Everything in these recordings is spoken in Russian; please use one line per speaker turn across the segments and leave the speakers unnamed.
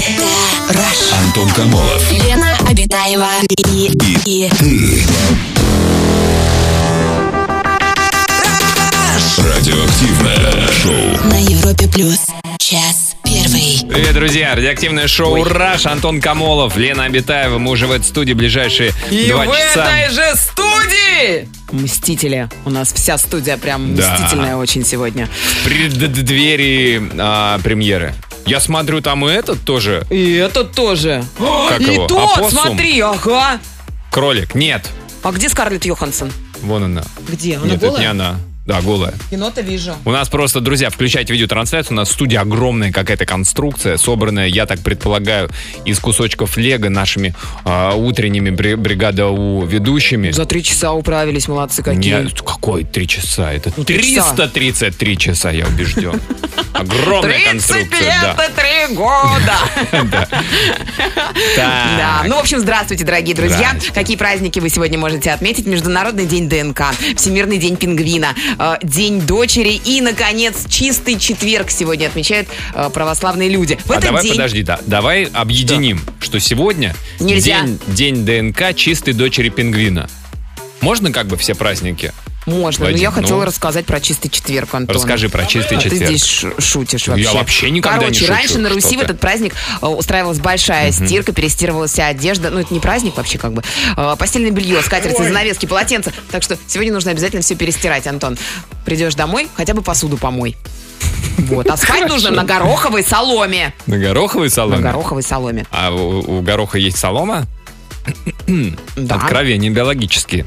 Это Rush.
Антон Камолов.
Лена Обитаева и, и, и
Ты. Радиоактивное шоу.
на Европе плюс час первый.
Привет, друзья! Радиоактивное шоу «Раш» Антон Камолов, Лена Абитаева. Мы уже в этой студии ближайшие
И
два
в
часа.
этой же студии! Мстители. У нас вся студия прям
Да.
мстительная очень сегодня.
Преддвери а, премьеры. Я смотрю, там и этот тоже
И это тоже.
Как
И
его?
тот,
Опоссум?
смотри, ага.
кролик. Нет,
А где Скарлетт Йоханссон?
вон она.
Где? Она
Нет, это не
голая?
она. Да, голая.
Кино-то вижу.
У нас просто, друзья, включайте видеотрансляцию. У нас студия огромная какая-то конструкция, собранная, я так предполагаю, из кусочков лего нашими а, утренними бри- бригада у ведущими.
За три часа управились, молодцы какие.
Нет, ну, какой три часа? Это
Ну, три часа.
333 часа, я убежден. Огромная конструкция, да.
33 года.
Так.
Да. Ну, в общем, здравствуйте, дорогие друзья.
Здрасте.
Какие праздники вы сегодня можете отметить? Международный день ДНК, Всемирный день пингвина, э, День дочери и, наконец, чистый четверг сегодня отмечают э, православные люди. В
А
этот
давай,
день...
подожди, да, давай объединим, что сегодня
Нельзя.
день, день ДНК чистой дочери пингвина. Можно как бы все праздники?
Можно, но
Вадим,
я
ну.
хотела рассказать про чистый четверг, Антон.
Расскажи про чистый
А ты
четверг.
здесь ш- шутишь вообще.
Я вообще никогда
Короче,
не шучу.
раньше на Руси
Что
в
ты.
этот праздник э, устраивалась большая стирка, перестирывалась вся одежда. Ну, это не праздник вообще как бы. Э, Постельное белье, скатерти, занавески, полотенца. Так что сегодня нужно обязательно все перестирать, Антон. Придешь домой, хотя бы посуду помой. Вот. А спать нужно на гороховой соломе.
На гороховой
На
соломе?
гороховой соломе.
А у, у гороха есть солома?
Да.
Откровения биологические.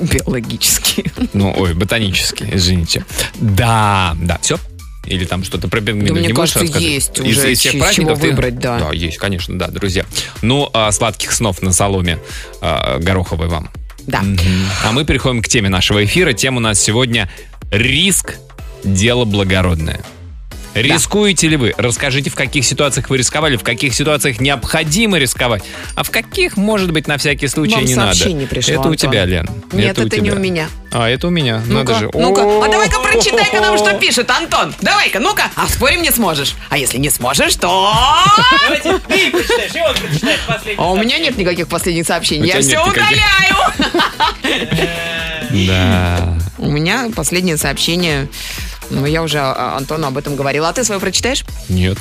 Биологически.
Ну, ой, ботанические, извините. Да, да, все? Или там что-то про пингвинов
Да мне
не будешь
кажется,
рассказывать?
есть
Из-
уже
из всех
чё-
праздников
чего
ты-
выбрать, да.
Да, есть, конечно, да, друзья. Ну, а, сладких снов на соломе а, гороховой вам.
Да.
Мгм. А мы переходим к теме нашего эфира. Тема у нас сегодня «Риск – дело благородное». Рискуете ли вы? Расскажите, в каких ситуациях вы рисковали, в каких ситуациях необходимо рисковать, а в каких, может быть, на всякий случай
Вам
не надо.
сообщение пришло,
это у
Антон.
тебя, Лен.
Нет, это не
тебя.
у меня.
А, это у меня. Надо
Ну-ка,
же.
ну-ка, а давай-ка
О-о-о.
прочитай-ка нам, что пишет Антон. Давай-ка, ну-ка, а спорим не сможешь. А если не сможешь, то...
Давайте ты прочитаешь, и он прочитает последний.
А у меня нет никаких последних
У
сообщений,
тебя
я
нет
все
никаких.
удаляю.
Да.
У меня последнее сообщение, ну я уже а, Антону об этом говорила. А ты свое прочитаешь?
Нет.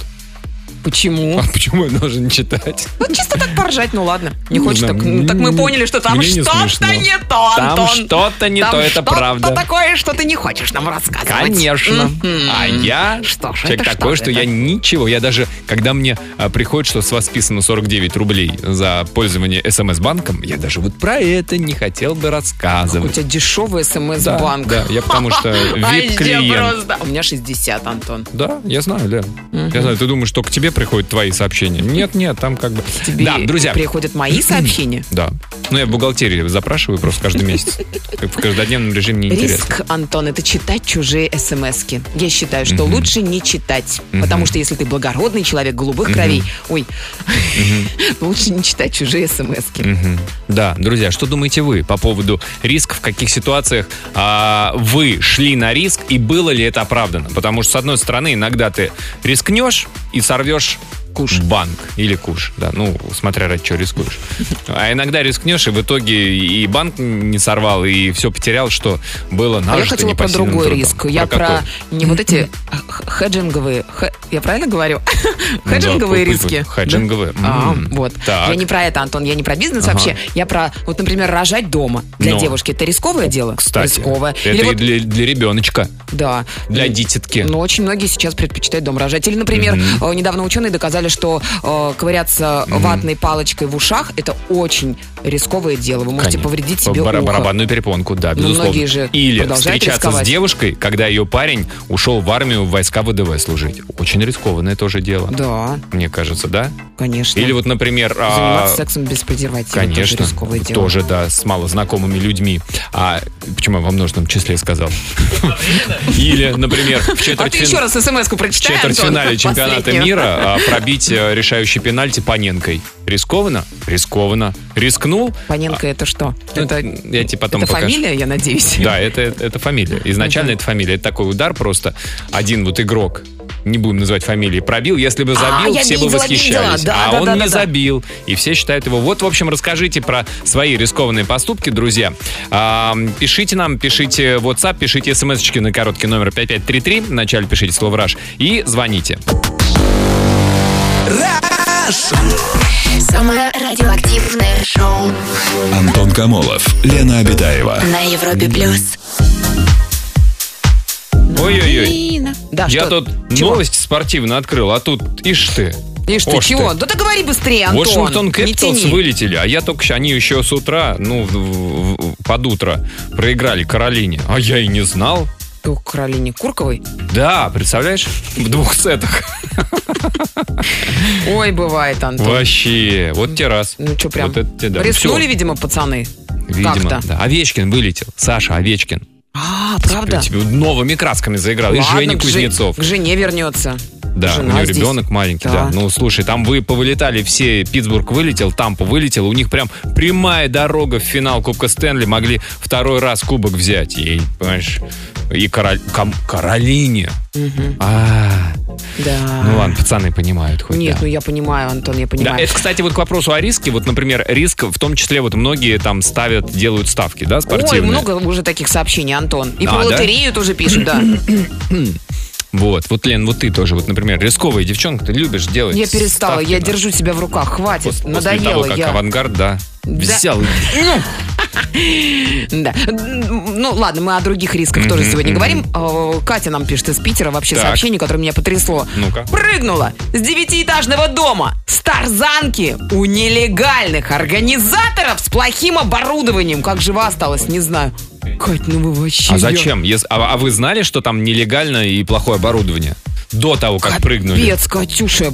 Почему?
А почему я должен читать?
Ну чисто так поржать, ну ладно. Не
Не
хочешь
знаю,
так? Ну, так мы
м,
поняли, что там
мне не
что-то
смешно.
не то,
Там
Антон.
что-то не
Там
то, это правда.
что-то такое, что ты не хочешь нам рассказывать.
Конечно.
Мгм.
А я
Что ж,
человек
это что
такой,
же
что
это?
я ничего. Я даже, когда мне а, приходит, что с вас списано 49 рублей за пользование СМС-банком, я даже вот про это не хотел бы
У
рассказывать.
тебя дешевый
Да,
смс-банк.
да, я потому что
Вообще
VIP-клиент.
просто. У меня 60, Антон.
Да, я знаю, Лен. Я знаю, ты думаешь, что к тебе приходят твои сообщения? Нет, нет, там как бы...
Тебе
да, друзья.
приходят мои сообщения.
Да. Ну, я в бухгалтерии запрашиваю просто каждый месяц. Как В каждодневном режиме мне интересно.
Риск, Антон, это читать чужие смс -ки. Я считаю, что лучше не читать. Потому что если ты благородный человек голубых кровей, ой, лучше не читать чужие смс -ки.
Мгм. Да, друзья, что думаете вы по поводу риска, в каких ситуациях а, вы шли на риск и было ли это оправдано? Потому что, с одной стороны, иногда ты рискнешь и сорвешь куш. банк или куш, да, ну, смотря ради чего рискуешь. А иногда рискнешь, и в итоге и банк не сорвал, и все потерял, что было
А я
нажито
хотела про
непосильным
другой
трудом.
риск. Я про,
какой?
не вот эти х- хеджинговые, хе- я правильно говорю? Хеджинговые
Да, пу- пу-
риски.
хеджинговые.
Да? А,
М.
вот.
Так.
Я не про это, Антон, я не про бизнес
Ага.
вообще. Я про, вот, например, рожать дома для
Ну.
девушки. Это рисковое дело?
Кстати,
Рисковое.
это
Или
и
вот,
для, для ребеночка,
да.
для
Ну,
дитятки.
Но очень многие сейчас предпочитают дом рожать. Или, например, э, недавно ученые доказали, что э, ковыряться ватной палочкой в ушах это очень рисковое дело. Вы можете
Конечно.
повредить себе
Бара-
ухо.
барабанную перепонку, да,
Но
безусловно.
многие же
Или
продолжают
встречаться
рисковать.
с девушкой, когда ее парень ушел в армию в войска ВДВ служить. Очень рискованное тоже дело.
Да,
Мне кажется, да?
конечно.
Или вот, например, а,
Заниматься сексом без презерватива.
конечно,
Тоже рисковое дело.
тоже, да, с малознакомыми людьми. А почему я во множественном числе сказал? Или, например, в
А ты
четвертьфин-
еще раз смс-ку
в
прочитай,
четвертьфинале
Антон,
чемпионата
последнюю.
мира а, пробить э, решающий пенальти Паненкой. Рискованно? Рискованно. Рискнул?
Паненко это что?
Ну,
Это,
я тебе потом
это
покажу.
фамилия, я надеюсь?
Да, это, это, это фамилия. Изначально это фамилия. Это такой удар просто. Один вот игрок не будем называть фамилии, пробил. Если бы
А,
забил,
я
все бы
видела,
восхищались.
видела. Да,
а
да,
он
да,
не
да, да.
забил. И все считают его. Вот, в общем, расскажите про свои рискованные поступки, друзья. А, пишите нам, пишите в WhatsApp, пишите смс-очки на короткий номер 5533. Вначале пишите слово «Раш» и звоните.
Самое радиоактивное шоу
Антон Камолов, Лена Обитаева.
на Европе плюс.
Ой-ой-ой.
Да,
Я
что?
тут
Чего?
новости спортивно открыл, а тут ишь ты.
Ишь ты,
Ож
чего? Да договори быстрее, Антон.
Вашингтон
не
Кэпиталс
тяни.
вылетели, а я только щ- они еще с утра, ну, в- в- в- под утро проиграли Каролине. А я и не знал.
О, Каролине Курковой.
Да, представляешь? В двух сетах.
Ой, бывает, Антон.
Вообще, вот те раз.
Ну что, прям
Вот это тебе да.
рискнули,
Всё,
видимо, пацаны.
видимо.
как-то.
Да. Овечкин вылетел. Саша Овечкин.
А, правда?
Тебе новыми красками заиграл. И
Ладно,
Женя
к же-
Кузнецов.
К жене вернется.
Да,
Жена
у нее
здесь.
ребенок маленький, да.
Да.
Ну, слушай, там вы повылетали все, Питтсбург вылетел, Тампа вылетел, у них прям прямая дорога в финал Кубка Стэнли, могли второй раз кубок взять. И, понимаешь, и Кароль- Кам- Каролине. А,
Да.
ну ладно, пацаны понимают хоть,
А. Нет,
да.
ну я понимаю, Антон, я
Да,
понимаю.
это, кстати, вот к вопросу о риске. Вот, например, риск, в том числе, вот многие там ставят, делают ставки, да,
Ой,
спортивные?
много уже таких сообщений, Антон. И
А,
про
да?
лотерею тоже пишут, да.
Вот, вот, Лен, вот ты тоже, вот, например, рисковая девчонка, ты любишь делать
Я перестала,
ставки
я
на-
держу себя в руках, хватит,
Пос- После того,
надоело
как
я.
авангард, да, взял.
Да. Ну ладно, мы о других рисках тоже
Мгм,
сегодня
мгм.
говорим. Э, Катя нам пишет из Питера вообще
Так.
сообщение, которое меня потрясло.
Ну-ка.
Прыгнула с девятиэтажного дома с тарзанки у нелегальных организаторов с плохим оборудованием. Как жива осталась, не знаю. Кать, ну вы вообще...
А зачем? Ес- А, а вы знали, что там нелегально и плохое оборудование? До того, как
Капец,
прыгнули.
Катюша,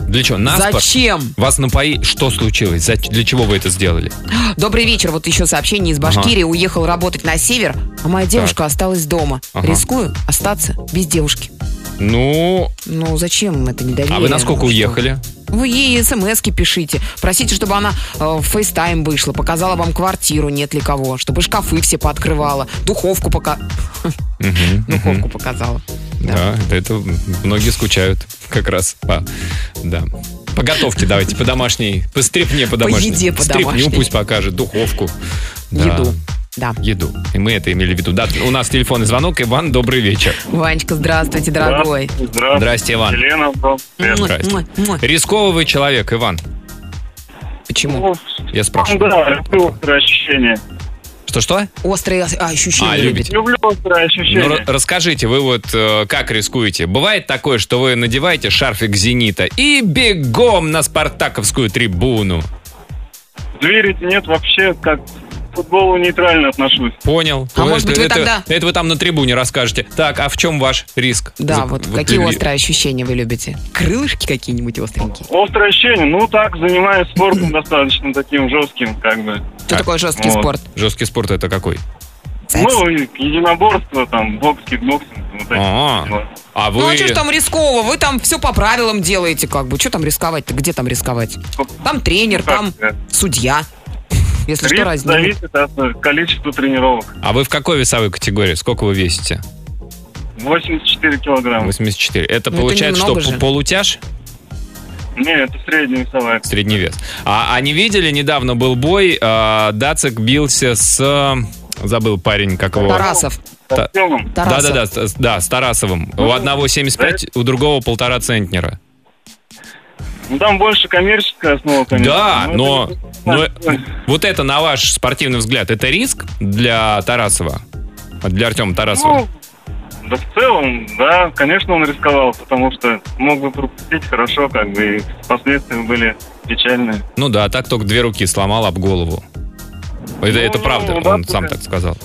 Для чего? Наспор?
зачем?
Вас напои... Что случилось? За- Для чего вы это сделали?
Добрый вечер. Вот еще сообщение из Башкирии. Уехал работать на север, а моя девушка осталась дома.
Ага.
Рискую остаться без девушки.
Ну,
Ну, зачем им это недоверие?
а вы насколько
Ну, что?
уехали?
Вы ей смски пишите. Просите, чтобы она э, в фейстайм вышла, показала вам квартиру, нет ли кого, чтобы шкафы все пооткрывала, духовку пока...
Мгм, мгм.
Духовку показала.
Да, это многие скучают как раз. по- да. По готовке давайте, по домашней, по стрипне по домашней.
еде по
Стряпню
домашней.
пусть покажет, духовку. Да.
Еду. Да.
Еду. И мы это имели в виду. Да, у нас телефонный звонок. Иван, добрый вечер.
Ванечка, здравствуйте, дорогой.
Здравствуйте.
Здрасте, Иван.
Елена, Антон. Привет.
Муа,
Здрасте.
муа, муа.
Рисковый человек, Иван.
Почему?
Я
Ну,
спрашиваю.
Да, люблю острые ощущения.
Что-что?
Острые ос- а, ощущения
А, любите.
любите.
Люблю острые
Ну,
ощущения.
ра- расскажите, вы вот э, как рискуете? Бывает такое, что вы надеваете шарфик «Зенита» и бегом на спартаковскую трибуну.
Двери нет вообще, как к футболу нейтрально отношусь.
Понял.
А может быть, вы
это,
тогда-
Это вы там на трибуне расскажете. Так, а в чем ваш риск?
Да,
За-
вот какие
люби-
острые ощущения вы любите? Крылышки какие-нибудь остренькие?
Острые ощущения, ну так, занимаюсь спортом достаточно таким жестким, как бы.
Что
Так, ну,
такое жесткий
вот.
спорт?
Жесткий спорт это какой?
Секс.
Ну, и единоборство, там, бокс, кикбоксинг, вот эти
А.
дела.
А вы...
Ну а что ж там рискового? Вы там все по правилам делаете, как бы. Что там рисковать-то? Где там рисковать?
Ну,
Там тренер,
Как,
там
э,
судья. Если что,
Риск
раздели.
зависит от э, количества тренировок.
А вы в какой весовой категории? Сколько вы весите?
84 килограмма.
84. Это
Ну, это
получается,
немного
что
же.
полутяж?
Не, это средний весовая.
Средний вес. А, а не видели, недавно был бой, э, Дацик бился с... э, забыл парень, как его...
Тарасов.
Та-
Телом.
Тарасов.
Да-да-да, с- да, с Тарасовым. У одного 75, у другого полтора центнера.
Ну, там больше коммерческая основа, конечно. ну,
Да, но,
это
но
не- Да.
вот это, на ваш спортивный взгляд, это риск для Тарасова? Для Артема Тарасова?
Ну, да в целом, да, конечно, он рисковал, потому что мог бы пропустить хорошо, как бы, и последствия были печальные.
Ну да, так только две руки сломал об голову. Это, это правда,
ну, да,
он сам
да.
так сказал.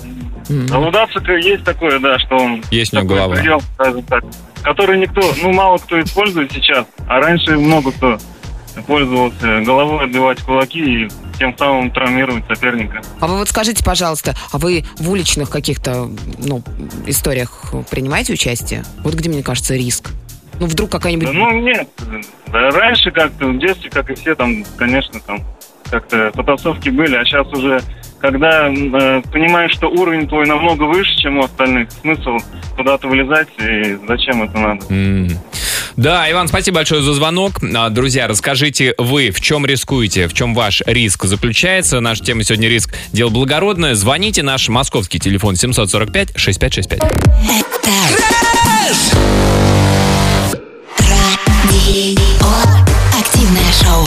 А у Дацика есть такое, да, что он...
Есть у него
такой
голова.
прием, скажем так, который никто, ну, мало кто использует сейчас, а раньше много кто пользовался головой, отбивать кулаки и тем самым травмировать соперника.
А вы вот скажите, пожалуйста, а вы в уличных каких-то ну, историях принимаете участие? Вот где, мне кажется, риск. Ну, вдруг какая-нибудь...
Да, ну, нет, да, раньше как-то, в детстве, как и все, там, конечно, там, как-то потасовки были, а сейчас уже
когда э, понимаешь, что уровень твой намного выше, чем у остальных, смысл куда-то вылезать и зачем это надо?
М. Да, Иван, спасибо большое за звонок. А, Друзья, расскажите вы, в чем рискуете, в чем ваш риск заключается. Наша тема сегодня риск дел благородное. Звоните наш московский телефон 745-6565.
Радио. Активное шоу.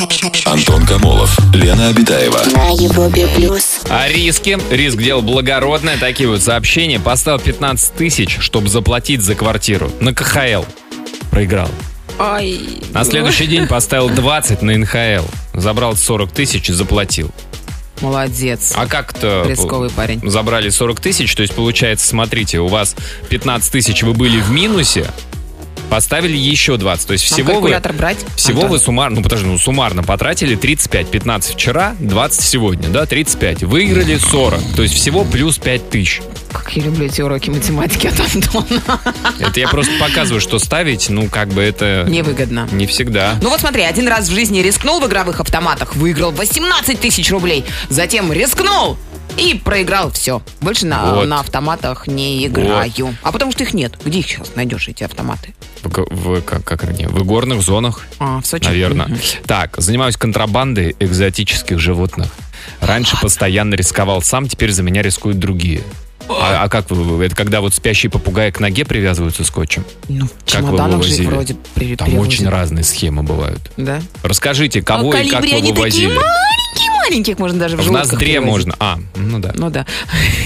Антон Камолов, Лена Обитаева.
На Европе плюс.
А риски, риск дел благородное, такие вот сообщения. Поставил 15 тысяч, чтобы заплатить за квартиру. На КХЛ. Проиграл.
Ай.
На следующий день поставил 20 на НХЛ. Забрал 40 тысяч и заплатил.
Молодец.
А как-то...
Рисковый парень.
забрали 40 тысяч, то есть получается, смотрите, у вас 15 тысяч вы были в минусе, поставили еще 20. То есть
Нам
всего вы...
калькулятор брать?
Всего
Антон?
вы суммарно, ну подожди, ну суммарно потратили 35, 15 вчера, 20 сегодня, да, 35. Выиграли 40, то есть всего плюс 5 тысяч.
Как я люблю эти уроки математики от Антона.
Это я просто показываю, что ставить, ну как бы это
Невыгодно.
не всегда.
Ну вот смотри, один раз в жизни рискнул в игровых автоматах, выиграл 18 тысяч рублей, затем рискнул и проиграл все. Больше на,
Вот.
на автоматах не играю. А потому что их нет. Где их сейчас найдешь, эти автоматы?
В, г- в- как, как они, в игорных зонах
А, в Сочи?
Наверное.
Мгм.
Так, занимаюсь контрабандой экзотических животных. Раньше постоянно рисковал сам, теперь за меня рискуют другие. А, а как вы- вы, это когда вот спящие попугаи к ноге привязываются скотчем?
Ну, в
Как вы
чемоданах же их
вывозили?
вроде при-
Там
перевозят.
очень разные схемы бывают.
Да.
Расскажите, кого
А
и как
колибри,
вы
они такие
вывозили?
маленькие-маленькие, их можно даже в
В
желудках
ноздре
привозить.
можно. А, ну да.
Ну да.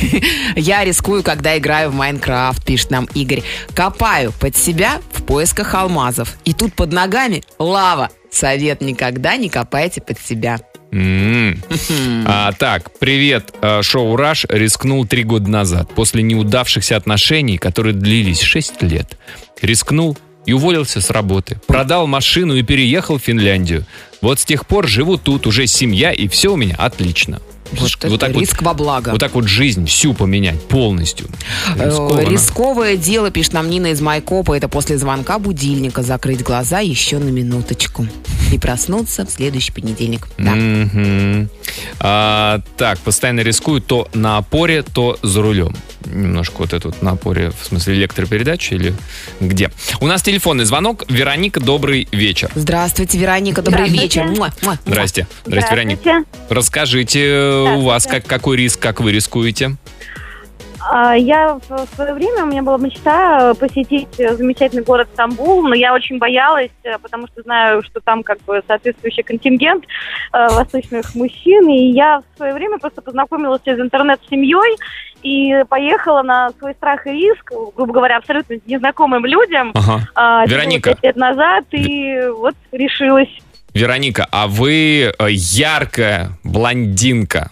Я рискую, когда играю в Майнкрафт, пишет нам Игорь. Копаю под себя в поисках алмазов. И тут под ногами лава. Совет никогда не копайте под себя.
М. А, так, привет, э, шоу «Раш» рискнул три года назад, после неудавшихся отношений, которые длились 6 лет. Рискнул и уволился с работы. Продал машину и переехал в Финляндию. Вот с тех пор живу тут, уже семья, и все у меня отлично.
Вот, это риск во благо.
Вот, вот так вот жизнь всю поменять полностью.
Э,
Рискованно.
Рисковое дело, пишет нам Нина из Майкопа, это после звонка будильника закрыть глаза еще на минуточку и проснуться в следующий понедельник. Да.
Мгм. А, так, постоянно рискую то на опоре, то за рулем. Немножко вот это вот на опоре, в смысле электропередачи или где. У нас телефонный звонок. Вероника, добрый вечер.
Здравствуйте, Вероника, добрый
Здравствуйте.
вечер. Муа, муа, муа.
Здрасте. Здрасте, Вероника.
Здравствуйте.
Расскажите, у вас как, какой риск, как вы рискуете?
А, Я в свое время, у меня была мечта э, посетить э, замечательный город Стамбул, но я очень боялась, э, потому что знаю, что там как бы соответствующий контингент э, восточных мужчин, и я в свое время просто познакомилась через интернет с семьей и поехала на свой страх и риск, грубо говоря, абсолютно незнакомым людям.
Ага.
а, это было
Вероника.
пять лет назад, и вот решилась.
Вероника, а вы э, яркая блондинка.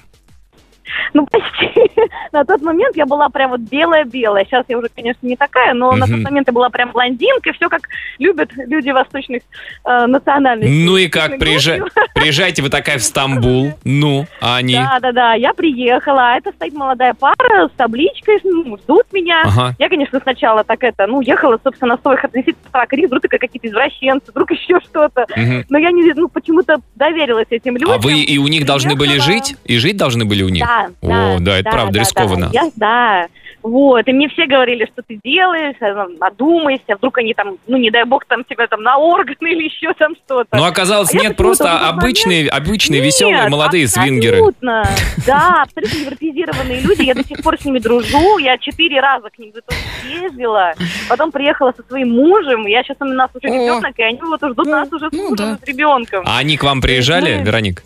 Ну, почти. На тот момент я была прям вот белая-белая. Сейчас я уже, конечно, не такая, но на тот
Мгм.
момент я была прям блондинка. Все как любят люди восточных э, национальностей.
Ну и как, приезжай,
приезжать?
приезжайте вы такая в Стамбул. Ну, а они...
Да-да-да, я приехала, а это стоит молодая пара с табличкой, ну, ждут меня.
Ага.
Я, конечно, сначала так это, ну, ехала, собственно, с их относительно так, и вдруг это какие-то извращенцы, вдруг еще что-то.
Мгм.
Но я не, ну, почему-то доверилась этим людям.
А вы и у них должны были
Приехала.
жить? И жить должны были у них?
Да,
О, да, это правда рискованно.
Да, я- да. вот, и мне все говорили, что ты делаешь, э, одумайся, вдруг они там, ну, не дай бог, там тебя там на органы или еще там что-то.
Но Ну, оказалось,
А я
нет,
почему-то в
просто
этот момент-
обычные, обычные
Нет,
веселые молодые свингеры.
абсолютно. Да, абсолютно европезированные люди. Я до сих пор с ними дружу. Я четыре раза к ним за то ездила. Потом приехала со своим мужем. Я сейчас у нас уже
О.
ребенок, и они вот ждут
Ну,
нас уже с
ну
мужем
да.
и с ребенком.
А они к вам приезжали,
Ну,
Вероник?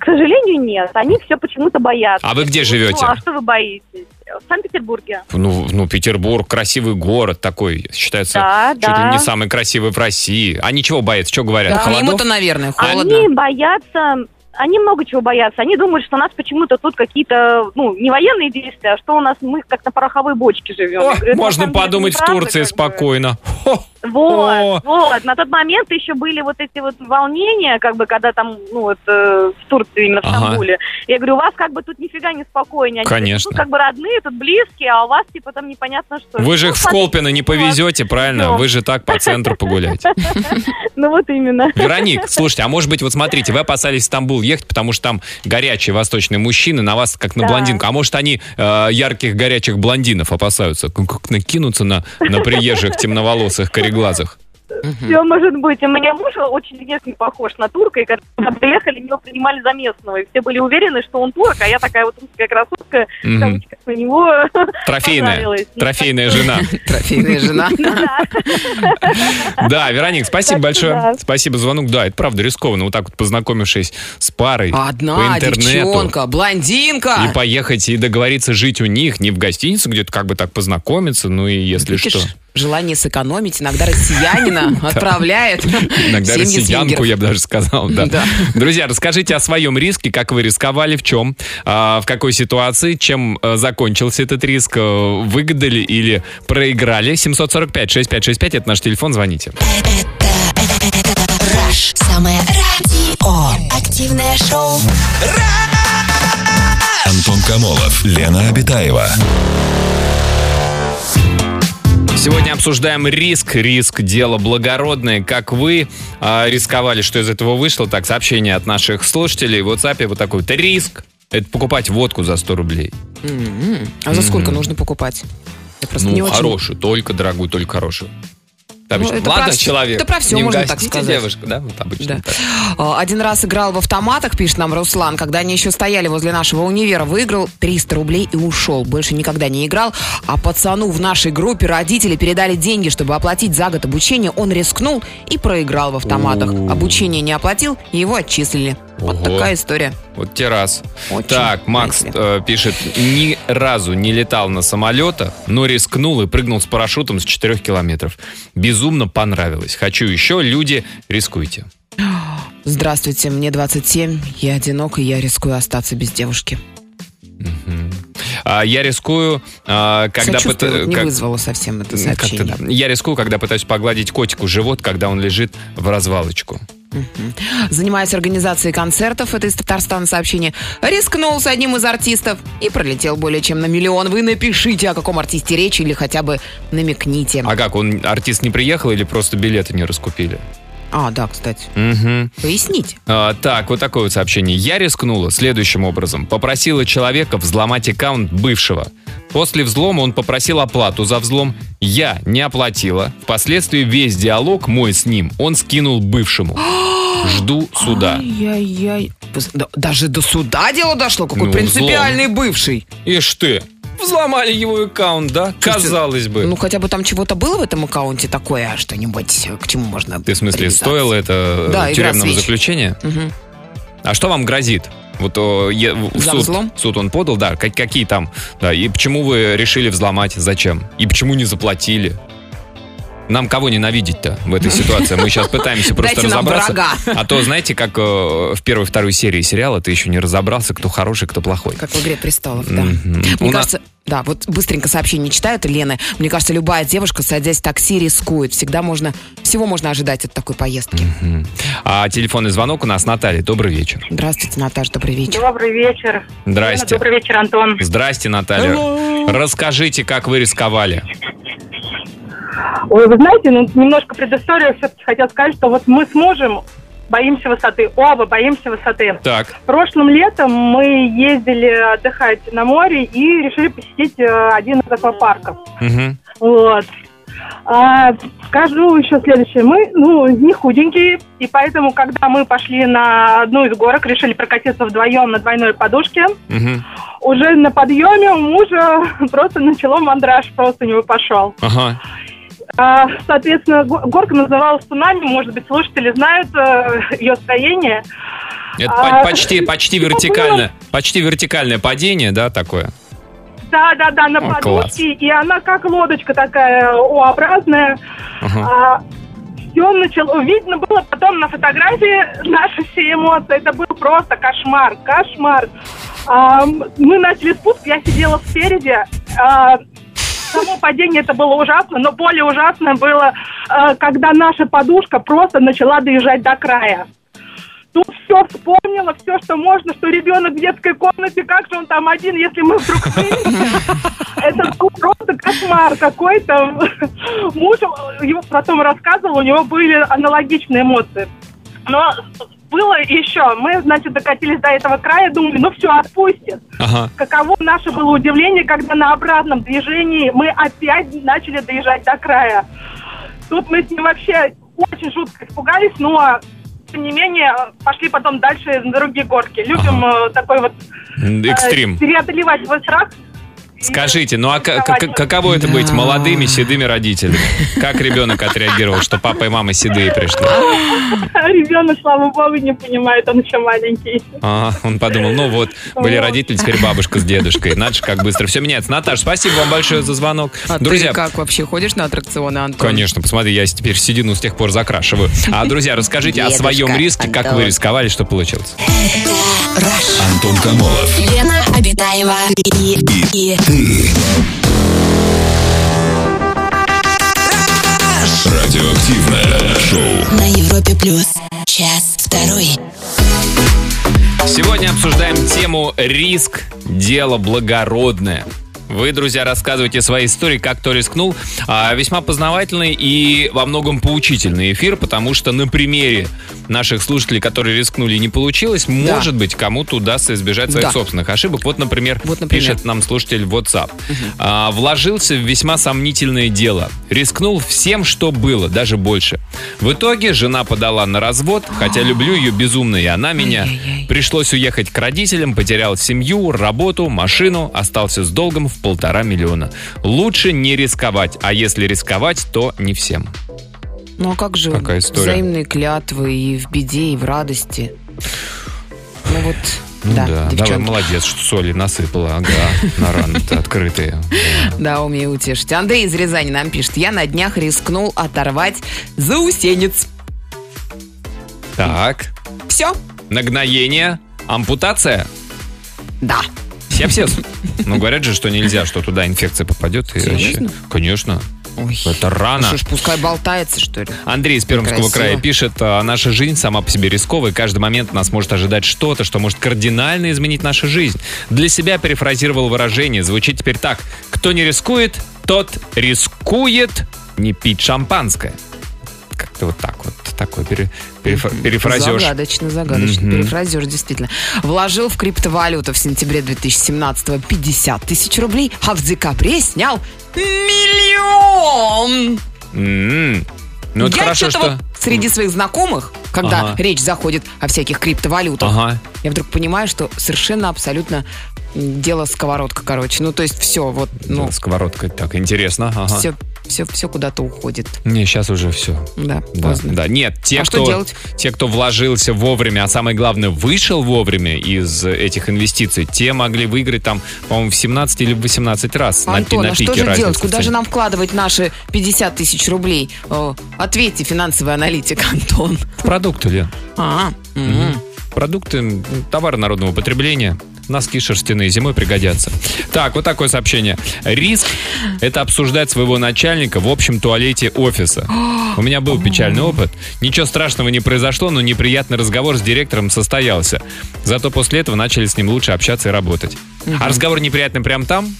К сожалению, нет. Они все почему-то боятся.
А вы где живете?
Ну, а что вы боитесь? В Санкт-Петербурге.
Ну, ну, Петербург, красивый город такой, считается
Да,
чуть
да.
ли не самый красивый в России. Они чего боятся, что говорят?
Да,
Холодов?
Ему-то, наверное, холодно.
Они боятся, они много чего боятся. Они думают, что у нас почему-то тут какие-то, ну, не военные действия, а что у нас мы как на пороховой бочке живем. Я
О,
говорю, это на
можно
самом деле
подумать, в
неправда,
Турции
как бы.
спокойно. Хо. О.
Вот, вот. На тот момент еще были вот эти вот волнения, как бы, когда там, ну, вот, э, в Турции, именно в
Ага.
Стамбуле. Я говорю, у вас как бы тут нифига не спокойнее. Они
Конечно.
Тут как бы родные, тут близкие, а у вас, типа, там непонятно что.
Вы же
Ну,
их в Колпино не повезете, правильно?
Да.
Вы же так по центру погуляете.
Ну, вот именно.
Вероник, слушайте, а может быть, вот смотрите, вы опасались в Стамбул уехать, потому что там горячие восточные мужчины на вас как на
Да.
блондинку. А может, они э, ярких горячих блондинов опасаются, как как накинутся на, на приезжих темноволосых кореглазых.
Все может быть. У меня муж очень внешне похож на турка, и когда мы приехали, его принимали за местного. И все были уверены, что он турок, а я такая вот русская красотка,
Мгм.
там на него
Трофейная.
понравилось.
Трофейная жена.
Трофейная жена.
Да, Вероник, спасибо
Так что
большое.
да.
Спасибо за звонок. Да, это правда рискованно. Вот так вот познакомившись с парой по
Одна
интернету.
девчонка,
И
блондинка.
поехать и договориться жить у них, не в гостинице, где-то как бы так познакомиться, ну и если что.
Видишь, Желание сэкономить иногда россиянина отправляет
Иногда
в семьи
россиянку,
свингеров.
я бы даже сказал, да.
Да.
Друзья, расскажите о своем риске, как вы рисковали, в чем, а, в какой ситуации, чем э, закончился этот риск, э, выгадали или проиграли. 745-6565, это наш телефон, звоните.
Это, это, это, это Rush. Самое радио. Активное шоу.
Антон Камолов, Лена Обитаева.
Сегодня обсуждаем риск. Риск – дело благородное. Как вы а, рисковали, что из этого вышло? Так, сообщение от наших слушателей в WhatsApp. Вот такой вот риск. Это покупать водку за 100 рублей.
М-м. А за сколько нужно покупать? Я просто не
ну,
очень
хорошую, только дорогую, только хорошую. Там
Ну,
же-
это
ладно,
про вс-
человек.
это про всё
не
можно
угостите,
так сказать.
девушка, да? Вот обычно
Да.
так.
А, Один раз играл в автоматах, пишет нам Руслан, когда они еще стояли возле нашего универа, выиграл 300 рублей и ушел. Больше никогда не играл. А пацану в нашей группе родители передали деньги, чтобы оплатить за год обучение. Он рискнул и проиграл в автоматах.
У.
Обучение не оплатил, и его отчислили. Вот
Ого.
такая история.
Вот те раз.
Очень
так, Макс
мысли.
э, пишет, ни разу не летал на самолетах, но рискнул и прыгнул с парашютом с 4 километров. Безумно понравилось. Хочу еще, люди, рискуйте.
Здравствуйте, мне 27, я одинок, и я рискую остаться без девушки.
Мгм. А, я рискую, а, когда...
Сочувствие
пыта-
вот не
как-
вызвало совсем это
как-то
сообщение.
да. Я рискую, когда пытаюсь погладить котику живот, когда он лежит в развалочку.
Занимаюсь организацией концертов, это из Татарстана сообщение. Рискнул с одним из артистов и пролетел более чем на миллион. Вы напишите, о каком артисте речь или хотя бы намекните.
А как, он артист не приехал или просто билеты не раскупили?
А, да, кстати,
Мгм.
поясните.
А, так, вот такое вот сообщение. Я рискнула следующим образом. Попросила человека взломать аккаунт бывшего. После взлома он попросил оплату за взлом. Я не оплатила. Впоследствии весь диалог мой с ним он скинул бывшему. Жду суда.
Ай-яй-яй. Пос- да- Даже до суда дело дошло, какой
Ну,
принципиальный бывший.
Ишь ты, взломали его аккаунт, да?
Слушайте,
Казалось бы.
Ну, хотя бы там чего-то было в этом аккаунте такое, что-нибудь, э, к чему можно...
Ты в смысле,
привязаться?
стоило это э,
Да, игра
тюремного
свеч.
заключения?
Мгм.
А что вам грозит? Вот о, е- в
За
суд,
взлом?
суд он подал, да, как- какие там, да, и почему вы решили взломать, зачем, и почему не заплатили? Нам кого ненавидеть-то в этой ситуации? Мы сейчас пытаемся просто
Дайте нам
разобраться.
врага.
А то, знаете, как э, в первой второй серии сериала ты еще не разобрался, кто хороший, кто плохой.
Как в «Игре престолов», да.
Мгм.
Мне
У нас-
кажется, да, вот быстренько сообщение читают Лены. Мне кажется, любая девушка, садясь в такси, рискует. Всегда можно, всего можно ожидать от такой поездки.
Мгм. А телефонный звонок у нас Наталья. Добрый вечер.
Здравствуйте, Наташа, добрый вечер.
Добрый вечер.
Здрасте.
Добрый вечер, Антон.
Здрасте, Наталья. Расскажите, как вы рисковали.
Ой, вы знаете, ну, немножко предыстория все-таки хотел сказать, что вот мы с мужем боимся высоты, оба боимся высоты.
Так,
Прошлым летом мы ездили отдыхать на море и решили посетить э, один из аквапарков.
мгм.
Вот. А, скажу еще следующее. Мы, ну, не худенькие, и поэтому, когда мы пошли на одну из горок, решили прокатиться вдвоем на двойной подушке,
Мгм.
уже на подъеме у мужа просто начало мандраж, просто у него пошел.
Ага.
А, Соответственно, го- горка называлась «Цунами». Может быть, слушатели знают э, ее строение.
Это
А,
по- почти, почти
ну,
вертикальное, почти вертикальное падение, да, такое.
Да-да-да, на
О,
подушке.
класс.
И она как лодочка такая О-образная.
Ага.
все А, начало... Видно было потом на фотографии наши все эмоции. Это был просто кошмар, кошмар. А, м, мы начали спуск, я сидела спереди. А, Само падение это было ужасно, но более ужасно было, э, когда наша подушка просто начала доезжать до края. Тут все вспомнила, все, что можно, что ребенок в детской комнате, как же он там один, если мы вдруг вылезем. Это просто кошмар какой-то. Муж его потом рассказывал, у него были аналогичные эмоции. Но
было еще. Мы, значит, докатились до этого края, думали, ну все, отпустит.
Ага.
Каково наше было удивление, когда на обратном движении мы опять начали доезжать до края. Тут мы с ним вообще очень жутко испугались, но тем не менее пошли потом дальше на другие горки. Любим э, такой вот
М,
э,
Экстрим.
преодолевать свой страх. и
Скажите, ну а к- к- к-
рисковать.
каково это быть
Да.
молодыми седыми родителями? Как ребенок отреагировал, что папа и мама седые пришли?
Ребенок, слава богу, не понимает, он еще маленький.
А, он подумал, ну вот, были
Вот.
родители, теперь бабушка с дедушкой. Надо же, как быстро все меняется. Наташ, спасибо вам большое за звонок.
А
Друзья,
ты как вообще ходишь на аттракционы, Антон?
Конечно, посмотри, я теперь седину с тех пор закрашиваю. А, друзья, расскажите о
Дедушка
своем риске, как вы
Антон.
рисковали, что получилось.
Антон Камолов.
Лена Обитаева и, и, и
Радиоактивное шоу.
на Европе плюс. Час второй.
Сегодня обсуждаем тему «Риск – дело благородное». Вы, друзья, рассказывайте свои истории, как кто рискнул. А, весьма познавательный и во многом поучительный эфир, потому что на примере наших слушателей, которые рискнули и не получилось, может быть, кому-то удастся избежать своих
Да.
собственных ошибок. Вот, например,
Вот, например.
пишет нам слушатель в WhatsApp. А, вложился в весьма сомнительное дело. Рискнул всем, что было, даже больше. В итоге жена подала на развод, хотя люблю ее безумно, и она меня.
А. Ай-яй-яй.
Пришлось уехать к родителям, потерял семью, работу, машину, остался с долгом в полтора миллиона. Лучше не рисковать, а если рисковать, то не всем.
Ну а как же
Какая история.
взаимные клятвы и в беде, и в радости? Ну вот,
Ну
да, девчонки.
давай, молодец, что соли насыпала, ага, на раны-то открытые.
Да, умею утешить. Андрей из Рязани нам пишет. Я на днях рискнул оторвать заусенец.
Так,
Все?
нагноение, ампутация,
Да.
сепсис. Ну, говорят же, что нельзя, что туда инфекция попадет. и вообще-
Серьезно?
Конечно,
Ой.
это рано.
Что ж, пускай болтается, что ли.
Андрей из Пермского
Красиво.
края пишет, «А, наша жизнь сама по себе рисковая, и каждый момент нас может ожидать что-то, что может кардинально изменить нашу жизнь. Для себя перефразировал выражение, звучит теперь так, кто не рискует, тот рискует не пить шампанское. Как-то вот так вот, такой пере, перефра- перефразеж.
Загадочно, загадочно.
Мгм.
Перефразер, действительно. Вложил в криптовалюту в сентябре 2017 50 тысяч рублей, а в декабре снял миллион.
М-м. Ну, это
я
хорошо,
что-то
что...
вот среди своих знакомых, когда
Ага.
речь заходит о всяких криптовалютах,
Ага.
я вдруг понимаю, что совершенно абсолютно м, дело сковородка, короче. Ну, то есть все, вот, ну,
Ну, сковородка, так, интересно. Ага.
все, все, все куда-то уходит.
Не, сейчас уже все.
Да,
Да,
поздно.
да. Нет, те,
А что
кто,
делать?
те, кто вложился вовремя, а самое главное, вышел вовремя из этих инвестиций, те могли выиграть там, по-моему, в 17 или в 18 раз на пи-
Антон,
на,
а
пике
что же
разница
делать?
в
Куда
цене.
же нам вкладывать наши 50 тысяч рублей? Э, Ответьте, финансовый аналитик Антон.
В Продукты, Лен.
А, м.
Мгм. Продукты, м, товары народного потребления. Носки шерстяные зимой пригодятся. Так, вот такое сообщение. Риск – это обсуждать своего начальника в общем туалете офиса. У меня был печальный опыт. Ничего страшного не произошло, но неприятный разговор с директором состоялся. Зато после этого начали с ним лучше общаться и работать. А разговор неприятный прям там?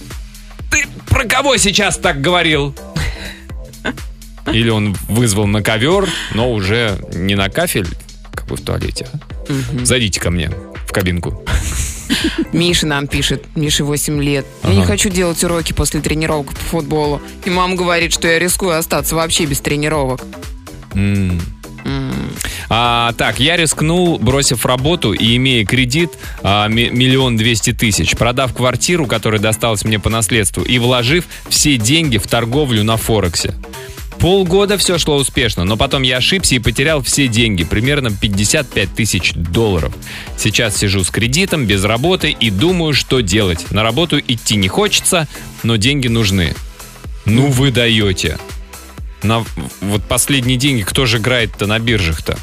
Ты про кого сейчас так говорил? Или он вызвал на ковер, но уже не на кафель, как бы в туалете. а? Зайдите ко мне в кабинку.
Миша нам пишет, Мише 8 лет. Я не
Ага.
хочу делать уроки после тренировок по футболу. И мама говорит, что я рискую остаться вообще без тренировок.
М. А, так, я рискнул, бросив работу и имея кредит а, ми- миллион двести тысяч, продав квартиру, которая досталась мне по наследству, и вложив все деньги в торговлю на Форексе. Полгода все шло успешно, но потом я ошибся и потерял все деньги, примерно 55 тысяч долларов. Сейчас сижу с кредитом, без работы и думаю, что делать. На работу идти не хочется, но деньги нужны. Ну вы даете. На вот последние деньги кто же играет-то на биржах-то?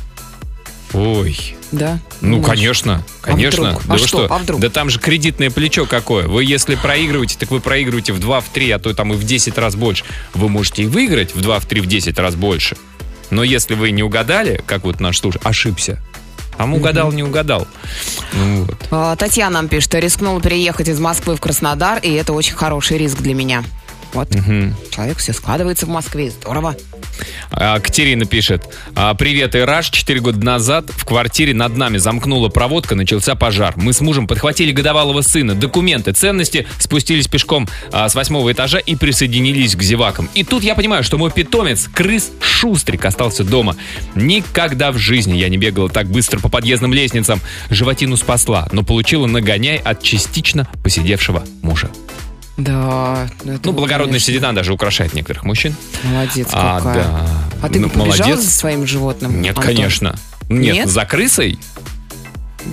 Ой.
Да?
Ну,
Маш.
конечно, конечно.
вдруг?
Да
А
вы
что? А вдруг?
Да там же кредитное плечо какое. Вы если проигрываете, так вы проигрываете в 2, в 3, а то там и в 10 раз больше. Вы можете и выиграть в 2, в 3, в 10 раз больше. Но если вы не угадали, как вот наш слушатель, ошибся. Там угадал, не угадал. Ну вот.
А, Татьяна нам пишет, рискнула переехать из Москвы в Краснодар, и это очень хороший риск для меня. Вот,
Мгм.
человек все складывается в Москве, здорово.
А, Катерина пишет. а, Привет, Ираш. Четыре года назад в квартире над нами замкнула проводка, начался пожар. Мы с мужем подхватили годовалого сына, документы, ценности, спустились пешком а, с восьмого этажа и присоединились к зевакам. И тут я понимаю, что мой питомец, крыс Шустрик, остался дома. Никогда в жизни я не бегала так быстро по подъездным лестницам. Животину спасла, но получила нагоняй от частично посидевшего мужа.
Да. это
Ну,
вот,
благородность
конечно,
седина даже украшает некоторых мужчин.
Молодец
А,
какая.
да.
А ты
Ну,
бы побежал
молодец.
за своим животным?
Нет,
Антон?
конечно. Нет,
Нет?
за крысой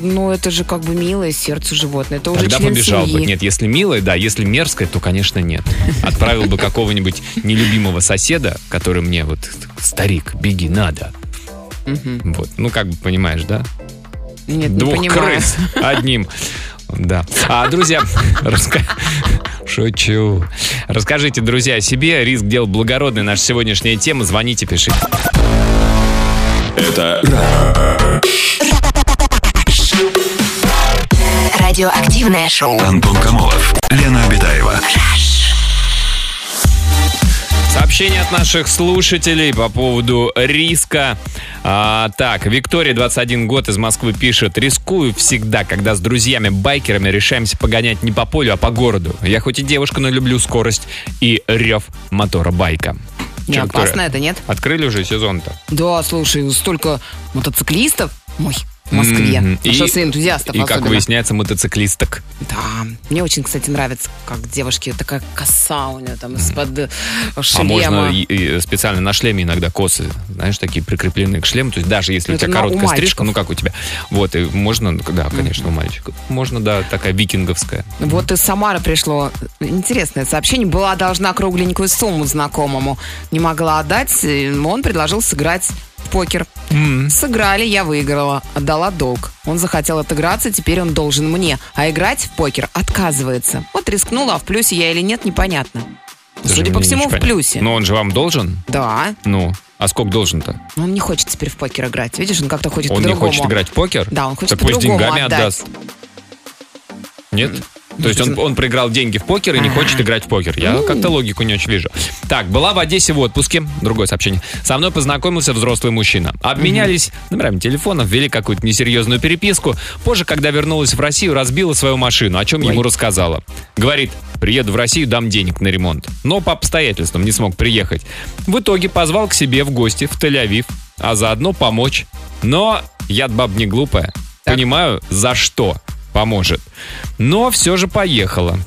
Ну, это же как бы милое сердце животное. Это уже
тогда
член
побежал бы.
семьи.
Нет, если милая, да, если мерзкая, то, конечно, нет. Отправил бы какого-нибудь нелюбимого соседа, который мне вот старик, беги, надо.
Мгм.
Вот, ну как бы понимаешь, да?
Нет,
Двух
не понимаю.
крыс одним. Да. А, друзья, раска- шучу. Расскажите, друзья, о себе. Риск дел благородный. Наша сегодняшняя тема. Звоните, пишите.
Это
Радиоактивное шоу.
Антон Камолов, Лена Обитаева.
Сообщение от наших слушателей по поводу риска. А, так, Виктория, 21 год, из Москвы пишет. Рискую всегда, когда с друзьями-байкерами решаемся погонять не по полю, а по городу. Я хоть и девушка, но люблю скорость и рев мотора байка.
Не
Чё, Виктория,
опасно это, нет?
Открыли уже сезон-то.
Да, слушай, ну столько мотоциклистов. Ой, в Москве.
Мгм.
На
И-
шоссе энтузиастов
И, как
особенно.
выясняется, мотоциклисток.
Да, мне очень, кстати, нравится, как девушки, такая коса у нее там из-под э,
А можно
шлема.
и- и специально на шлеме иногда косы, знаешь, такие прикреплены к шлему. То есть даже если
Ну,
у тебя
это на- у
короткая стрижка,
мальчиков.
ну как у тебя. Вот, и можно, да, конечно, у мальчиков. Можно, да, такая викинговская.
Вот из Самары пришло интересное сообщение. Была должна кругленькую сумму знакомому. Не могла отдать, э, он предложил сыграть в покер. Сыграли, я выиграла, отдала долг. Он захотел отыграться, теперь он должен мне. А играть в покер отказывается. Вот рискнула, а в плюсе я или нет, непонятно.
Даже
Судя по
мне
всему,
ничего
в
понятно.
плюсе.
Но он же вам должен?
Да,
Ну, а сколько должен-то?
но он не хочет теперь в покер играть. Видишь, он как-то хочет
Он не
по-другому.
хочет играть в покер?
Да, он хочет
Так пусть
по-другому
деньгами
отдать.
отдаст. Нет? То есть он, он проиграл деньги в покер и не хочет играть в покер. Я как-то логику не очень вижу. Так, была в Одессе в отпуске. Другое сообщение. Со мной познакомился взрослый мужчина. Обменялись номерами телефонов, вели какую-то несерьезную переписку. Позже, когда вернулась в Россию, разбила свою машину, о чем ему рассказала. Говорит, приеду в Россию, дам денег на ремонт. Но по обстоятельствам не смог приехать. В итоге позвал к себе в гости в Тель-Авив, а заодно помочь. Но я баб не глупая.
Так.
Понимаю, за что поможет. Но все же поехала.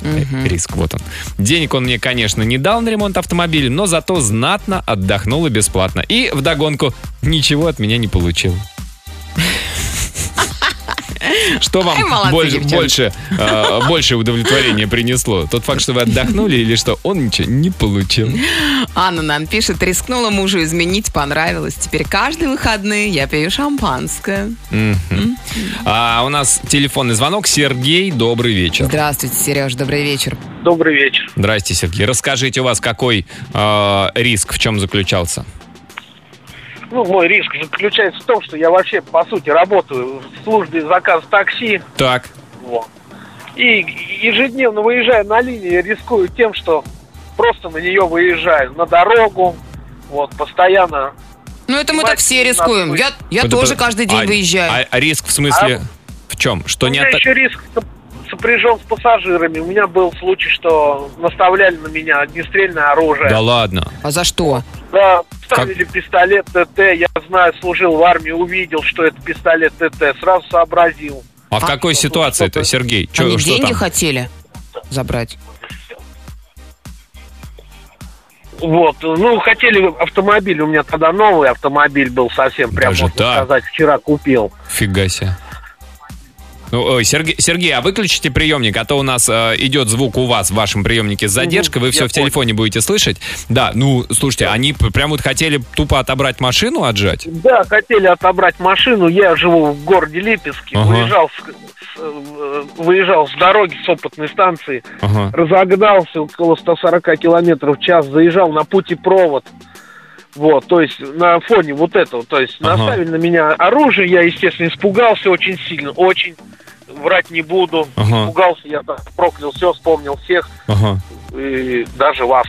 Э, Риск, вот он. Денег он мне, конечно, не дал на ремонт автомобиля, но зато знатно отдохнул и бесплатно. И вдогонку ничего от меня не получил. Что вам
Ай, молодцы,
больше,
девчонки.
больше, э, больше удовлетворения принесло? Тот факт, что вы отдохнули или что он ничего не получил?
Анна нам пишет, рискнула мужу изменить, понравилось. Теперь каждые выходные я пью шампанское.
Мгм. А у нас телефонный звонок. Сергей, добрый вечер.
Здравствуйте, Сереж, добрый вечер.
Добрый вечер.
Здрасте, Сергей. Расскажите, у вас какой э, риск, в чем заключался?
Ну, мой риск заключается в том, что я вообще, по сути, работаю в службе заказ такси.
Так.
Вот. И ежедневно выезжая на линии, я рискую тем, что просто на нее выезжаю, на дорогу, вот, постоянно.
Ну, это мы так все рискуем. Я, я
Под-
тоже
под-
каждый день
а-
выезжаю.
а- А риск в смысле в чем? Что
У
не
меня
от...
еще риск со- сопряжен с пассажирами. У меня был случай, что наставляли на меня огнестрельное оружие.
Да ладно.
А за что?
Да, ставили пистолет ТТ. Я знаю, служил в армии, увидел, что это пистолет ТТ. Сразу сообразил.
А в
А,
какой
что-то-
ситуации это,
что-то-
Сергей? Чё-
Они
что
деньги
там?
хотели забрать.
Вот, ну, хотели автомобиль, у меня тогда новый автомобиль был совсем, прям
Даже
можно
так?
сказать, вчера купил.
Фига себе. Ну, ой, Сергей, Сергей, а выключите приемник, а то у нас э, идет звук у вас в вашем приемнике с
Ну,
задержкой, вы
я
все в
понял.
телефоне будете слышать. Да, ну, слушайте, они п- прям вот хотели тупо отобрать машину, отжать?
Да, хотели отобрать машину, я живу в городе Липецке,
Ага.
выезжал, с, с, э, выезжал с дороги, с опытной станции,
Ага.
разогнался около 140 километров в час, заезжал на пути провод. Вот, то есть на фоне вот этого, то есть
Ага.
наставили на меня оружие, я, естественно, испугался очень сильно, очень, врать не буду,
Ага.
испугался, я так проклял все, вспомнил всех,
Ага.
и даже вас.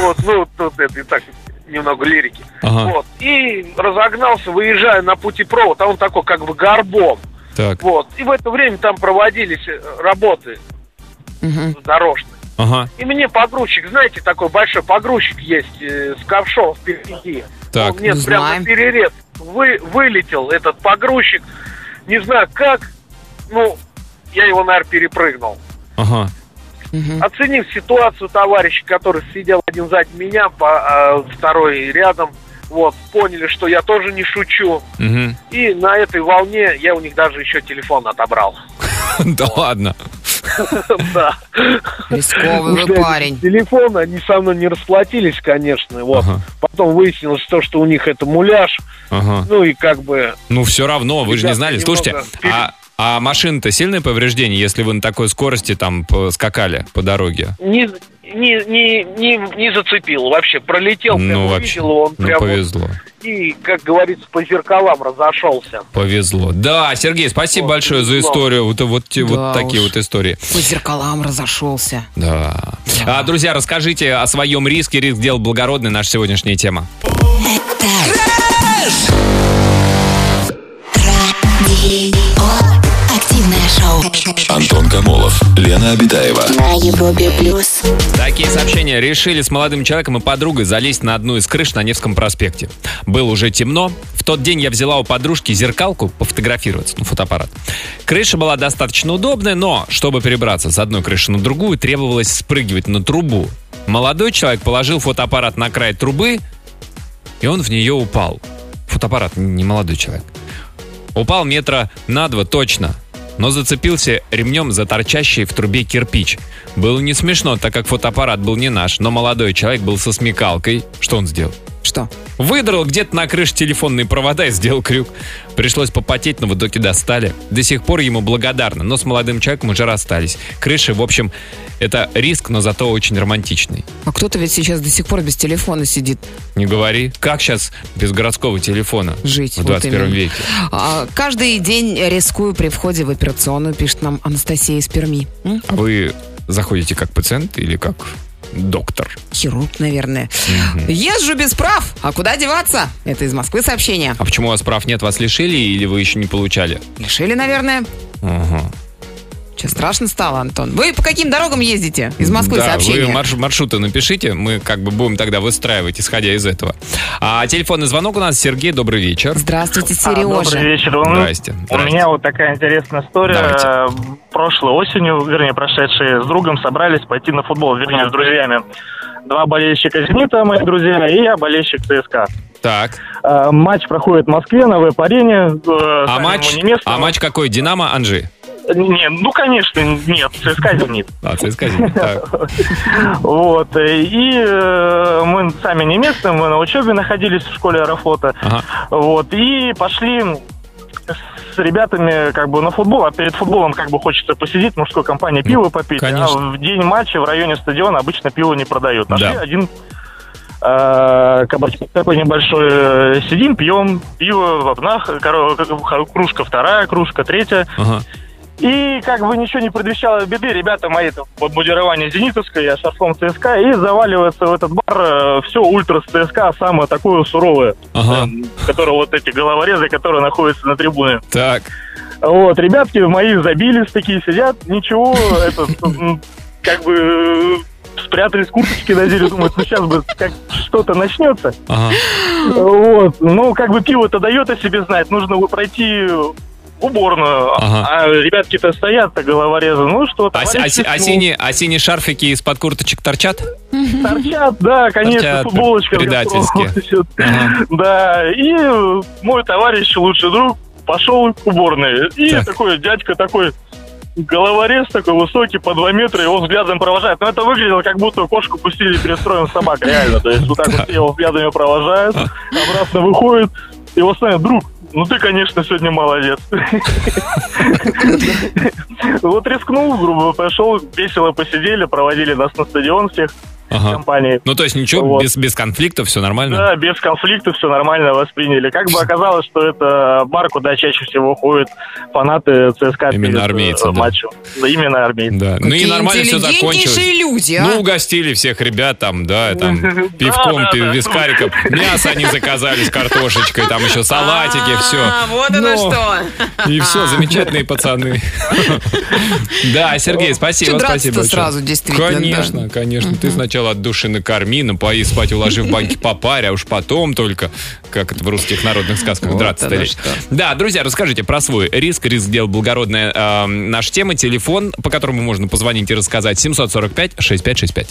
Вот, ну, тут это и так немного лирики.
Ага,
Вот. И разогнался, выезжая на путепровод, а он такой как бы горбом.
так.
Вот. И в это время там проводились э, работы
Мгм.
дорожные.
Ага,
И мне погрузчик, знаете, такой большой погрузчик есть э, с ковшом впереди.
так.
Он мне
ну,
прямо
знаем.
на перерез вы, вылетел этот погрузчик. Не знаю как, ну, я его, наверное, перепрыгнул.
Ага.
Мгм.
Оценив ситуацию товарища, который сидел один сзади меня, по, а, второй рядом, вот, поняли, что я тоже не шучу.
Мгм.
И на этой волне я у них даже еще телефон отобрал.
Да ладно.
Да.
Рисковый вы
Ушли
парень.
от телефона, они со мной не расплатились, конечно. Вот.
Ага,
Потом выяснилось то, что у них это муляж.
ага.
Ну и как бы
Ну, все равно, вы же не
Ребята,
знали.
немного
Слушайте,
пере-
а, а машина-то сильное повреждение, если вы на такой скорости там по- скакали по дороге?
не, не, не, не, не зацепил вообще. Пролетел, прям
Ну, вообще.
увидел, он
Ну,
прям вот
повезло.
и, как говорится, по зеркалам разошелся.
Повезло. Да, Сергей, спасибо
Вот,
большое за
повезло.
историю. Вот, вот, те- вот
Да
такие
уж.
вот истории.
По зеркалам разошелся.
Да. А, друзья, расскажите о своем риске. Риск дел благородный. Наша сегодняшняя тема.
Радио. Активное шоу.
Антон Камолов, Лена Обитаева.
На Европе плюс.
Такие сообщения. Решили с молодым человеком и подругой залезть на одну из крыш на Невском проспекте. Было уже темно. В тот день я взяла у подружки зеркалку пофотографироваться, ну, фотоаппарат. Крыша была достаточно удобная, но, чтобы перебраться с одной крыши на другую, требовалось спрыгивать на трубу. Молодой человек положил фотоаппарат на край трубы, и он в нее упал. Фотоаппарат, не молодой человек. Упал метра на два точно, но зацепился ремнем за торчащий в трубе кирпич. Было не смешно, так как фотоаппарат был не наш, но молодой человек был со смекалкой. Что он сделал?
Что?
Выдрал где-то на крыше телефонные провода и сделал крюк. Пришлось попотеть, но в итоге достали. До сих пор ему благодарна, но с молодым человеком уже расстались. Крыши, в общем, это риск, но зато очень романтичный.
А кто-то ведь сейчас до сих пор без телефона сидит
Не говори, как сейчас без городского телефона
жить.
в
вот
21
именно.
веке?
А, Каждый день рискую при входе в операционную, пишет нам Анастасия из Перми. М?
А Вы заходите как пациент или как доктор?
Хирург, наверное. Езжу без прав, а куда деваться? Это из Москвы сообщение.
А почему у вас прав нет? Вас лишили или вы еще не получали?
Решили, наверное.
Ага.
Че, страшно стало, Антон? Вы по каким дорогам ездите? Из Москвы
да,
сообщение.
вы марш- маршруты напишите, мы как бы будем тогда выстраивать, исходя из этого. А телефонный звонок у нас. Сергей, добрый вечер.
Здравствуйте,
А, Добрый
Сережа.
вечер.
Здрасте.
У
здрасте.
меня вот такая интересная история.
Давайте.
Э, Прошлой осенью, вернее, прошедшей, с другом собрались пойти на футбол, вернее, с друзьями. Два болельщика «Зенита», мои друзья, и я болельщик ЦСКА.
Так,
Э, Матч проходит в Москве, на веб-арене. э,
а матч, а матч какой? Динамо, Анжи?
Не, ну, конечно, нет, ЦСКА «Зенит».
А, ЦСКА «Зенит». Так.
Вот, э, и э, мы сами не местные, мы на учебе находились в школе аэрофлота.
Ага.
Вот, и пошли с ребятами как бы на футбол, а перед футболом как бы хочется посидеть, в мужской компании пиво попить.
Ну, конечно.
А в день матча в районе стадиона обычно пиво не продают. Нашли
Да.
один э, кабачок такой небольшой, э, сидим, пьем пиво в обнах, коро- х- кружка вторая, кружка третья.
Ага.
И как бы ничего не предвещало беды, ребята мои там под мудирование Зенитовской, я шарфом ЦСКА, и заваливается в этот бар все ультра с ЦСКА, самое такое суровое,
Ага.
эм, которое вот эти головорезы, которые находятся на трибуне.
Так.
Вот, ребятки мои забились, такие сидят, ничего, это, м, как бы э, спрятались курточки, надели, думают, ну сейчас бы как что-то начнется.
Ага.
Вот, ну, как бы пиво-то дает о себе знать, нужно бы пройти уборную,
Ага.
а ребятки-то стоят-то головорезы, ну что,
А, си- а
товарищи,
си- а
ну,
синие, а синие шарфики из-под курточек торчат?
торчат, да, конечно,
Торчат
футболочка.
предательски.
готова.
Ага.
Да, и э, мой товарищ, лучший друг, пошел к уборной, и
Так.
такой дядька такой, Головорез такой высокий, по 2 метра, его взглядом провожает. Но это выглядело, как будто кошку пустили перед строем собак, реально. То есть вот так вот все его взглядами провожают, обратно выходит, его ставят, друг, ну ты, конечно, сегодня молодец. Вот рискнул, грубо, пошел, весело посидели, проводили нас на стадион всех.
Ага.
компании.
Ну, то есть ничего,
Вот.
без, без конфликтов, все нормально?
Да, без конфликтов все нормально восприняли. Как бы оказалось, что это бар, куда чаще всего ходят фанаты ЦСКА
Именно
перед э,
армейцы, да.
матчем. Да, именно армейцы.
Ну и
Какие
нормально все
интеллигентнейшие
закончилось.
люди, а?
Ну, угостили всех ребят там, да, там, пивком,
да,
пив-
да.
вискариком. Мясо они заказали с картошечкой, там еще салатики,
А,
все.
вот оно
Ну.
что.
И все, замечательные пацаны. Да, Сергей, спасибо,
Чё драться-то
спасибо большое.
сразу, действительно, да.
Конечно, конечно. Ты сначала от души накорми, напои, спать уложи в баньке попарь, а уж потом только, как это в русских народных сказках,
Вот
драться-то
оно
лечь.
что.
Да, друзья, расскажите про свой риск. Риск дел благородная э, наша тема. Телефон, по которому можно позвонить и рассказать. 745-6565.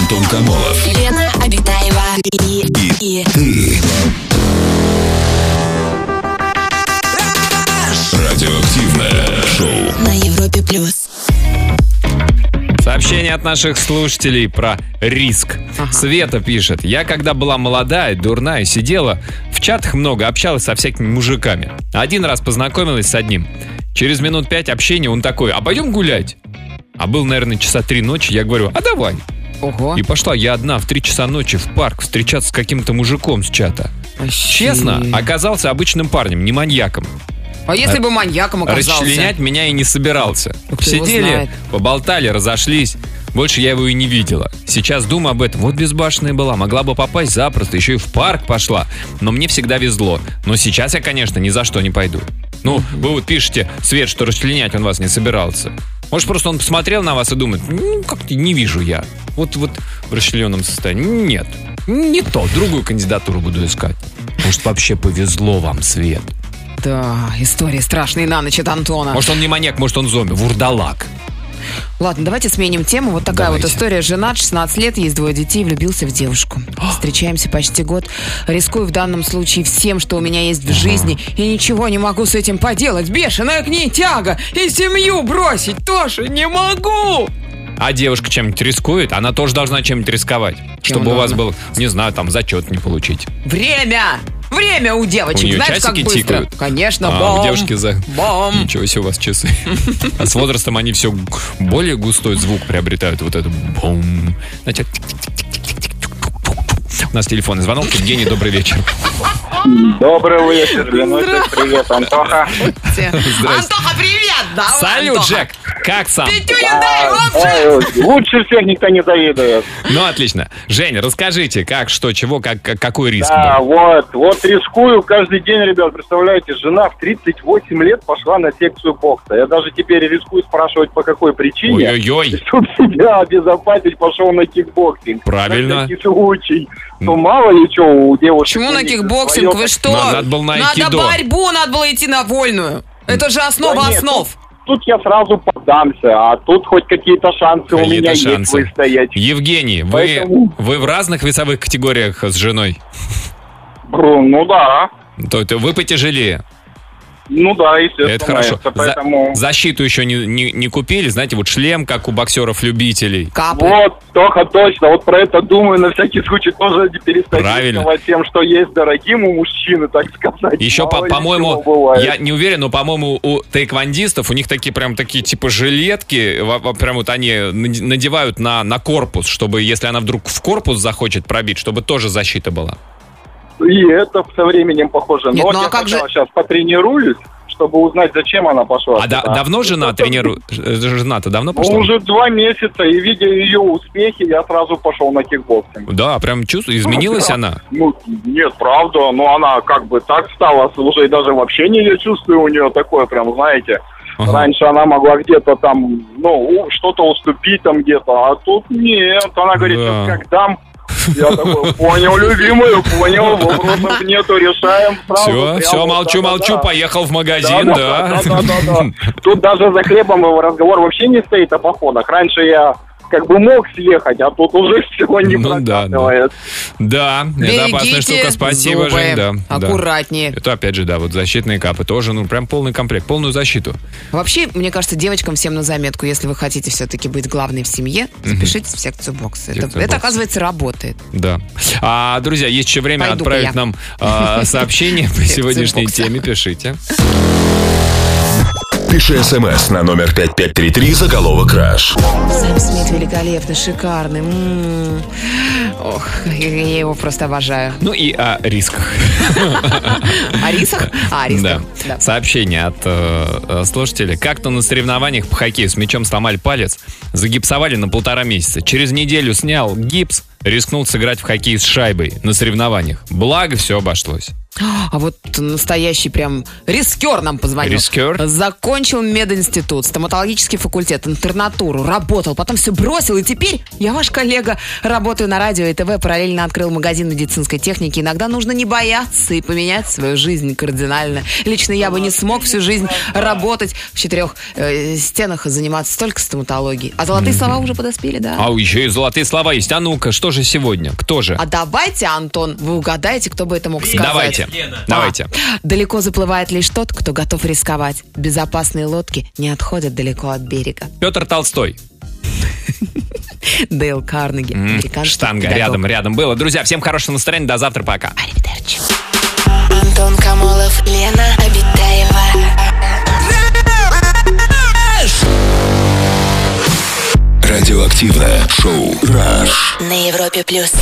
Антон Камолов.
Лена Обитаева и, и, и
Радиоактивное шоу.
на Европе плюс.
Сообщение от наших слушателей про риск. Света пишет. Я когда была молодая, дурная, сидела, в чатах много общалась со всякими мужиками. Один раз познакомилась с одним. Через минут пять общения он такой, а пойдем гулять? А был, наверное, часа три ночи. Я говорю, а давай.
Ого.
И пошла я одна в три часа ночи в парк встречаться с каким-то мужиком с чата.
Вообще.
Честно, а оказался обычным парнем, не маньяком.
А если бы маньяком оказался?
Расчленять меня и не собирался.
Кто его
Сидели,
знает.
поболтали, разошлись. Больше я его и не видела. Сейчас думаю об этом. Вот безбашенная была. Могла бы попасть запросто. Еще и в парк пошла. Но мне всегда везло. Но сейчас я, конечно, ни за что не пойду. Ну, вы вот пишете, Свет, что расчленять он вас не собирался. Может, просто он посмотрел на вас и думает, ну, как-то не вижу я. Вот, вот в расчлененном состоянии. Нет, не то. Другую кандидатуру буду искать. Может, вообще повезло вам, Свет.
Да, истории страшные на ночь от Антона.
Может, он не маньяк, может, он зомби. Вурдалак.
Ладно, давайте сменим тему. Вот такая
Давайте.
вот история. Женат, 16 лет, есть двое детей, влюбился в девушку. Встречаемся почти год. Рискую в данном случае всем, что у меня есть в жизни. И ничего не могу с этим поделать. Бешеная к ней тяга. И семью бросить тоже не могу.
А девушка чем-нибудь рискует, она тоже должна чем-нибудь рисковать. чтобы у
она
вас
должна?
был, не знаю, там зачет не получить.
Время! Время у девочек.
У нее
Знаешь, как
часики
быстро?
тикают?
Конечно,
А
бом.
у девушки за...
Бом.
Ничего себе у вас часы. А с возрастом они все более густой звук приобретают. Вот это бум. Значит, у нас телефонный звонок. Евгений, добрый вечер.
Добрый вечер, Леночек. Привет, Антоха.
Те. Антоха, привет! Давай,
Салют,
Антоха.
Джек. Как сам?
Петюня, дай, оп, Джек.
Лучше всех никто не завидует.
Ну, отлично. Жень, расскажите, как, что, чего, как, как- какой риск
Да,
был?
вот, вот рискую каждый день, ребят, представляете, жена в 38 лет пошла на секцию бокса. Я даже теперь рискую спрашивать, по какой причине,
Ой-ой-ой.
чтобы себя обезопасить, пошел на кикбоксинг.
Правильно.
На всякий случай. Ну, мало ли что у девушек.
Почему
у
на
них
кикбоксинг?
своё-
Вы что?
Ну, надо было на
Надо
айкидо.
борьбу, надо было идти на вольную. Это же основа
Да нет, ну,
основ.
Тут я сразу поддамся, а тут хоть какие-то шансы у
Какие-то
меня есть
шансы.
выстоять.
Евгений, вы,
Поэтому-
вы в разных весовых категориях с женой?
Бру, Ну да,
То есть вы потяжелее.
ну да, естественно.
Это хорошо. За-
поэтому...
защиту еще не, не, не купили. Знаете, вот шлем, как у боксеров-любителей.
Капы.
Вот, Тоха, точно. Вот про это думаю, на всякий случай тоже не перестать
Правильно.
рисковать тем, что есть дорогим у мужчины, так сказать.
Еще, по-
Мало ли чего
по-моему,
бывает.
я не уверен, но, по-моему, у тайквандистов, у них такие прям такие типа жилетки, во- во- прям вот они над- надевают на, на корпус, чтобы, если она вдруг в корпус захочет пробить, чтобы тоже защита была.
И это со временем похоже.
Нет,
Но вот
ну а
я
как же-
сейчас потренируюсь, чтобы узнать, зачем она пошла.
А да-
сюда.
давно жена
Это-
тренирует? Жена-то давно
Ну,
пошла?
уже два месяца, и видя ее успехи, я сразу пошел на кикбоксинг.
Да, прям чувствую, изменилась она.
Ну, нет, правда, но она как бы так стала, уже и даже вообще не я чувствую у нее такое, прям, знаете,
Ага.
Раньше она могла где-то там, ну, у- что-то уступить там где-то, а тут нет. Она говорит,
Да.
«Ну, как дам. Я такой, понял, любимую, понял, вопросов нету, решаем сразу.
Все,
прямо,
все, молчу,
да-да-да.
молчу, поехал в магазин, да.
да-да-да-да-да. Тут даже за хлебом его разговор вообще не стоит о походах. Раньше я как бы мог съехать, а тут уже всего не
Ну да, да.
прокатывает.
Да, это опасная штука, спасибо,
зубы.
Жень, да. да.
Аккуратнее.
Это опять же, да, вот защитные капы тоже, ну прям полный комплект, полную защиту.
Вообще, мне кажется, девочкам всем на заметку, если вы хотите все-таки быть главной в семье, запишитесь в секцию бокса. Это,
Секция
это,
бокса.
оказывается, работает.
Да. А, друзья, есть еще время
Пойду-ка
отправить
я.
нам а, сообщение по
Секция
сегодняшней
бокса.
теме. Пишите.
Пиши смс на номер 5533 заголовок «Краш».
Сэм Смит великолепный, шикарный. М. Ох, я его просто обожаю.
Ну и о рисках.
О рисах? А, о рисках.
Да. Сообщение от э, э, слушателя. Как-то на соревнованиях по хоккею с мячом сломали палец, загипсовали на полтора месяца. Через неделю снял гипс, рискнул сыграть в хоккей с шайбой на соревнованиях. Благо, все обошлось.
А вот настоящий прям рискер нам позвонил.
Рискер?
Закончил мединститут, стоматологический факультет, интернатуру, работал, потом все бросил, и теперь я ваш коллега, работаю на радио и ТВ, параллельно открыл магазин медицинской техники. Иногда нужно не бояться и поменять свою жизнь кардинально. Лично я бы не смог всю жизнь работать в четырех э, стенах и заниматься только стоматологией. А золотые слова уже подоспели, да?
А еще и золотые слова есть. А ну-ка, что же сегодня? Кто же?
А давайте, Антон, вы угадаете, кто бы это мог сказать. А.
Давайте.
Лена.
Давайте.
Далеко заплывает лишь тот, кто готов рисковать. Безопасные лодки не отходят далеко от берега.
Петр Толстой.
Дейл Карнеги, американский
Штанга.
педагог.
Рядом, рядом было. Друзья, всем хорошего настроения. До завтра. Пока.
Аривидерчи.
Антон Камолов, Лена Обитаева.
Радиоактивное шоу «Раш».
На Европе плюс.